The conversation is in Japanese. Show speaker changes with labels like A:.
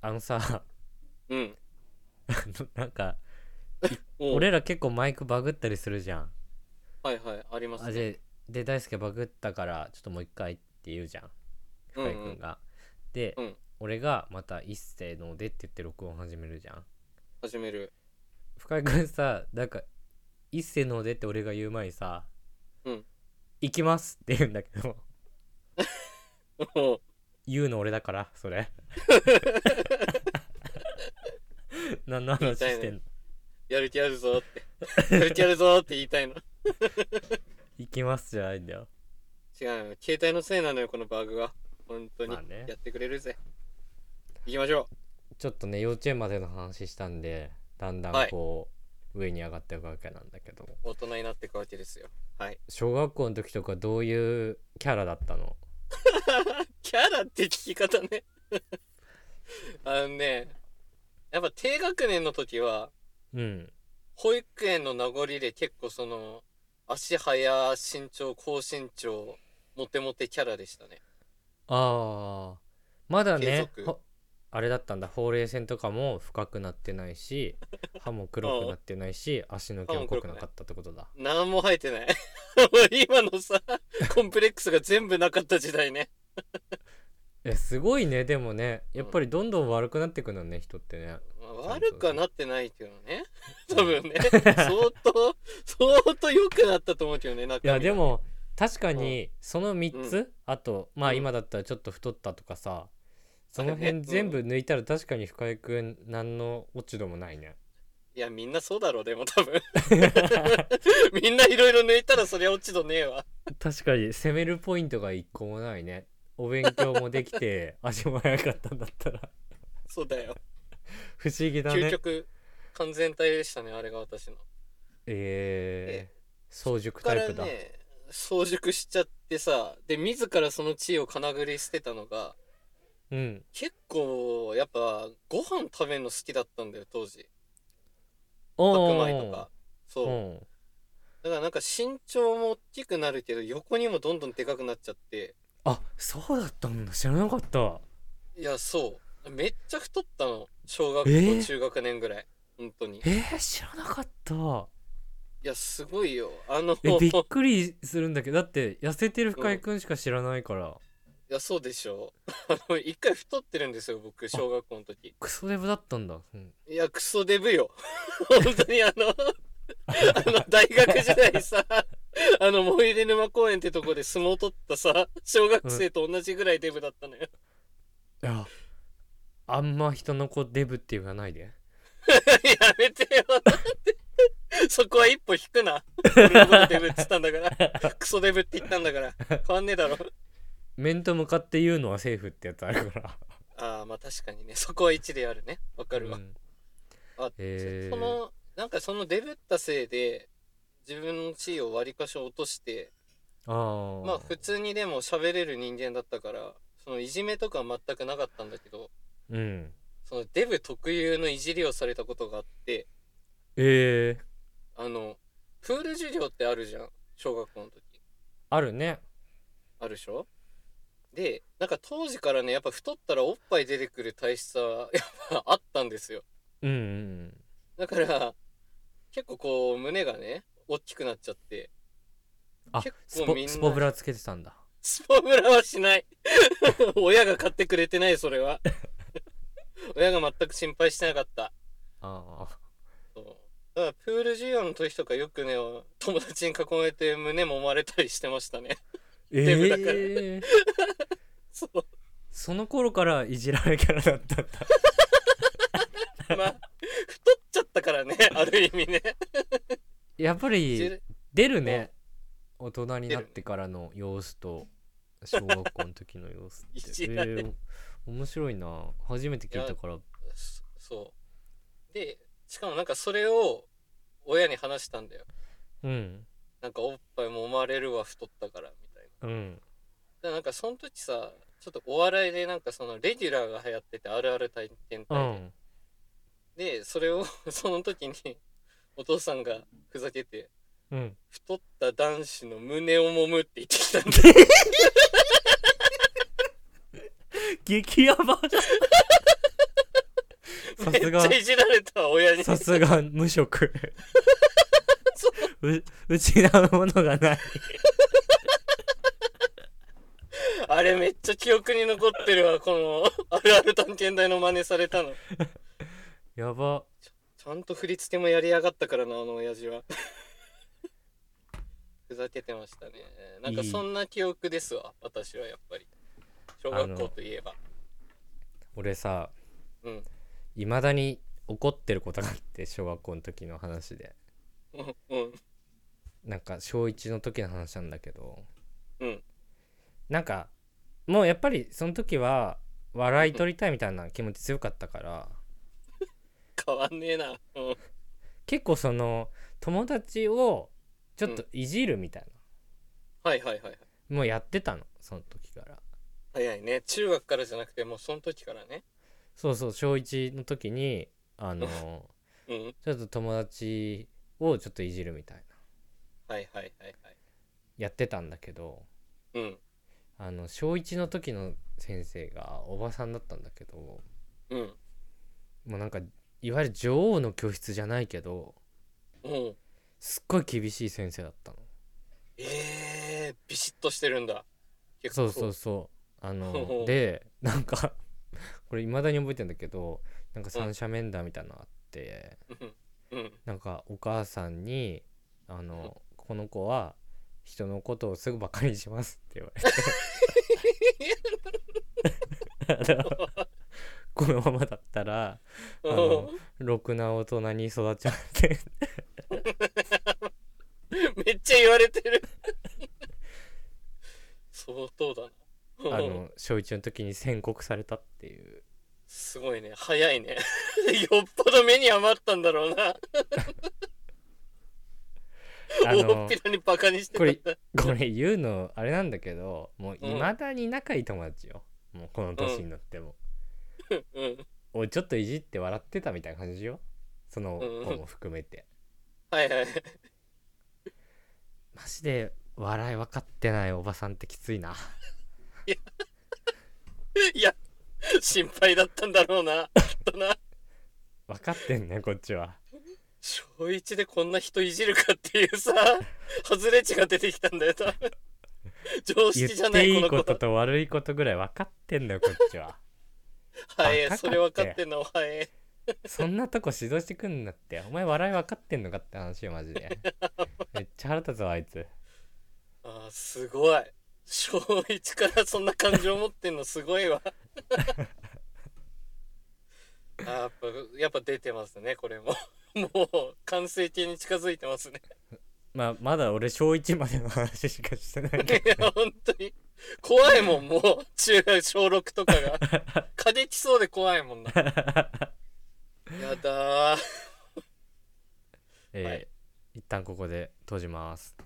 A: あのさ
B: うん。
A: あのなんか
B: おう
A: 俺ら結構マイクバグったりするじゃん
B: はいはい、あります
A: あ
B: ね。
A: でで大輔バグったからちょっともう一回って言うじゃん
B: うん
A: 深
B: う
A: 井君
B: ん、
A: が、で、
B: うん
A: 俺がまた「一斉ので」って言って録音始めるじゃん
B: 始める。
A: 深井君さなんか「一斉ので」って俺が言う前にさ「
B: うん
A: 行きます」って言うんだけど
B: おう
A: 言うの俺だからそ れ何の話してんの
B: やる気ある ぞって。やる気あるぞって言いたいの。
A: 行きますじゃないんだよ
B: 違うよ。携帯のせいなのよ、このバグは。本当に
A: まあ。ね
B: やってくれるぜ。行きましょ
A: ちょっとね幼稚園までの話したんでだんだんこう、上に上がっていくわけなんだけど
B: う。大人になっていくわけですよ。はい。
A: 小学校の時とかどういうキャラだったの
B: キャラって聞き方ね。 あのね、やっぱ低学年の時は、
A: うん
B: 保育園の名残で結構その、足早、身長、高身長、モテモテキャラでしたね。
A: ああまだね
B: 継続
A: ほあれだったんだほうれい線とかも深くなってない し歯も黒くなってないし足の毛も濃くなかったってことだ
B: 何も生えてない。 今のさ、コンプレックスが全部なかった時代ね。
A: えすごいねでもねやっぱりどんどん悪くなってくのね人ってね
B: まあ悪くはなってないけどね。多分 ね。相当、相当良くなったと思うけどね、中
A: い
B: 身は
A: やで、も確かにその3つ、
B: う
A: あとまあ
B: うん
A: 今だったらちょっと太ったとかさ、そ
B: あれ
A: の
B: ね
A: 辺全部抜いたら確かに深井くん何の落ち度もないね
B: いや、みんなそうだろう、でも多分。 みんないろいろ抜いたらそりゃ落ち度ねえわ。
A: 確かに攻めるポイントが一個もないねお勉強もでき て足も速かったんだったら
B: そうだよ。
A: 不思議だ
B: 究
A: ね
B: 極、完全体でしたね、あれが私の。
A: えー、早熟
B: そっ
A: タ
B: から
A: イプだ、
B: ね早熟しちゃってさで自らその地位をかなぐり捨てたのが
A: うん
B: 結構やっぱご飯食べるの好きだったんだよ当時白
A: お
B: 米と
A: ー
B: かそううんだからなんか身長も大きくなるけど横にもどんどんでかくなっちゃって
A: あそうだったんだ知らなかった
B: いやそうめっちゃ太ったの小学校、
A: えー
B: 中学年ぐらい本当にい
A: えー、知らなかった
B: やすごいよあの
A: えびっ
B: い
A: くりするんだけどだって痩せてる深井くんしか知らないから、
B: やそうでしょ あの一回太ってるんですよ僕小学校の時
A: クソデブだったんだ、うん
B: いや、クソデブよ。 本当に あの、あの、大学時代さ、 あの、萌出沼公園ってとこで相撲取ったさ、小学生と同じぐらいデブだったのよ。
A: いやあんま人の子デブって言わないで
B: やめてよ、 だって。そこは一歩引く な。俺のことデブって言ったんだから。クソデブって言ったんだから。変わんねえだろ。
A: 面と向かって言うのはセーフってやつあるから
B: ああ、まあ確かにね。そこは一理あるね。わかるわ
A: う。ん
B: あ
A: へー
B: そのなんかそのデブったせいで自分の地位を割りかし落として
A: あー
B: まあ普通にでも喋れる人間だったからそのいじめとかは全くなかったんだけど
A: うん
B: そのデブ特有のいじりをされたことがあって
A: えー、
B: あのプール授業ってあるじゃん小学校の時
A: あるね
B: あるでしょでなんか当時からねやっぱ太ったらおっぱい出てくる体質は やっぱあったんですよ
A: うんうん
B: だから結構こう胸がね大きくなっちゃって
A: あ
B: 結構
A: スポ
B: みんな
A: スポブラつけてたんだ
B: スポブラはしない。 親が買ってくれてない、それは。 親が全く心配してなかった。
A: ああ
B: そうだからプール授業の時とかよくね、友達に囲まれて胸揉まれたりしてましたね。
A: え
B: デブだから
A: えー、
B: そう。
A: その頃からいじられキャラだったんだ
B: まあ、 太っちゃったからね、ある意味ね。
A: やっぱり
B: じ
A: 出るね大人になってからの様子と小学校の時の様子
B: い
A: って、
B: じられる
A: えー面白いな初めて聞いたから
B: そう。で、しかもなんかそれを親に話したんだよ。
A: うん
B: なんかおっぱい揉まれるわ、太ったから、みたいな。
A: うん
B: でなんかその時さ、ちょっとお笑いでなんかそのレギュラーが流行っててあるある体験
A: う
B: 会で、
A: ん
B: で、それを、 その時に、お父さんがふざけて、
A: うん
B: 太った男子の胸を揉むって言ってきたんだ。
A: 激ヤバ さ
B: め
A: す
B: っ
A: が
B: ちゃいじられた、親に。
A: さすが無 職う失うものがない
B: あれめっちゃ記憶に残ってるわ、この、あるある探検隊の真似されたの。
A: やば
B: ちゃんと振り付けもやりやがったからな、あの親父は。 ふざけてましたね。なんか
A: いい
B: そんな記憶ですわ、私はやっぱり。小学校といえば。
A: 俺さ
B: うん。
A: いまだに怒ってることがあって小学校の時の話で
B: うん。うん。
A: なんか小1の時の話なんだけど
B: うん。
A: なんかもうやっぱりその時は笑い取りたいみたいな気持ち強かったから
B: 変わんねえな。うん。
A: 結構その友達をちょっといじるみたい
B: はいはいはいは
A: な
B: い。
A: もうやってたのその時から
B: 早いね。中学からじゃなくて、もうその時からね。
A: そうそう小1の時にあ の
B: うん。
A: ちょっと友達をちょっといじるみたいな
B: はいはいはいはい。
A: やってたんだけど
B: うん。
A: あの小1の時の先生がおばさんだったんだけども
B: うん。
A: うなんかいわゆる女王の教室じゃないけど
B: うん。
A: すっごい厳しい先生だったの
B: ええー、ビシッとしてるんだ。結
A: そ
B: 構
A: うそうそうあ
B: ほうほ
A: の
B: う
A: でなんか これ未だに覚えてんだけどなんか三者面談みたいなのあって、
B: うん。うん。
A: なんかお母さんに「あのこの子は人のことをすぐバカにします」って言われ て あのこのままだったらあのろくな大人に育っちゃって
B: めっちゃ言われてる 相当だな
A: あの小一の時に宣告されたっていう
B: すごいね早いね よっぽど目に余ったんだろうな
A: あ
B: 大
A: の
B: っぴらにバカにしてた
A: こ
B: ん
A: れ
B: だ
A: これ言うのあれなんだけどもう
B: うん
A: いまだに仲いい友達よ、もうこの年になっても、
B: うん
A: おいちょっといじって笑ってたみたいな感じよその
B: うん
A: 子も含めて、
B: はいはい
A: マジで笑い分かってないおばさんってきついない
B: や心配だったんだろうなきっとな
A: 分かってんねこっちは
B: 小一でこんな人いじるかっていうさ外れ値が出てきたんだよ多分常
A: 言
B: 識じゃ
A: っ
B: な
A: て
B: い
A: い
B: こ
A: い
B: の
A: こ
B: 子
A: とと悪いことぐらい分かってんだよこっちはバ
B: は
A: カか
B: い
A: って
B: それ分かってんのはい
A: そんなとこ指導してくんなってお前笑い分かってんのかって話よマジでめっちゃ腹立つわあいつ
B: あーすごい小1からそんな感情持ってんのすごいわあーやっぱやっぱ出てますねこれも もう完成形に近づいてますね
A: まあまだ俺小1までの話しかしてないけど
B: いや本当に怖いもんもう中学小6とかが過激そうで怖いもんなやだー
A: えー
B: はい
A: 一旦ここで閉じます。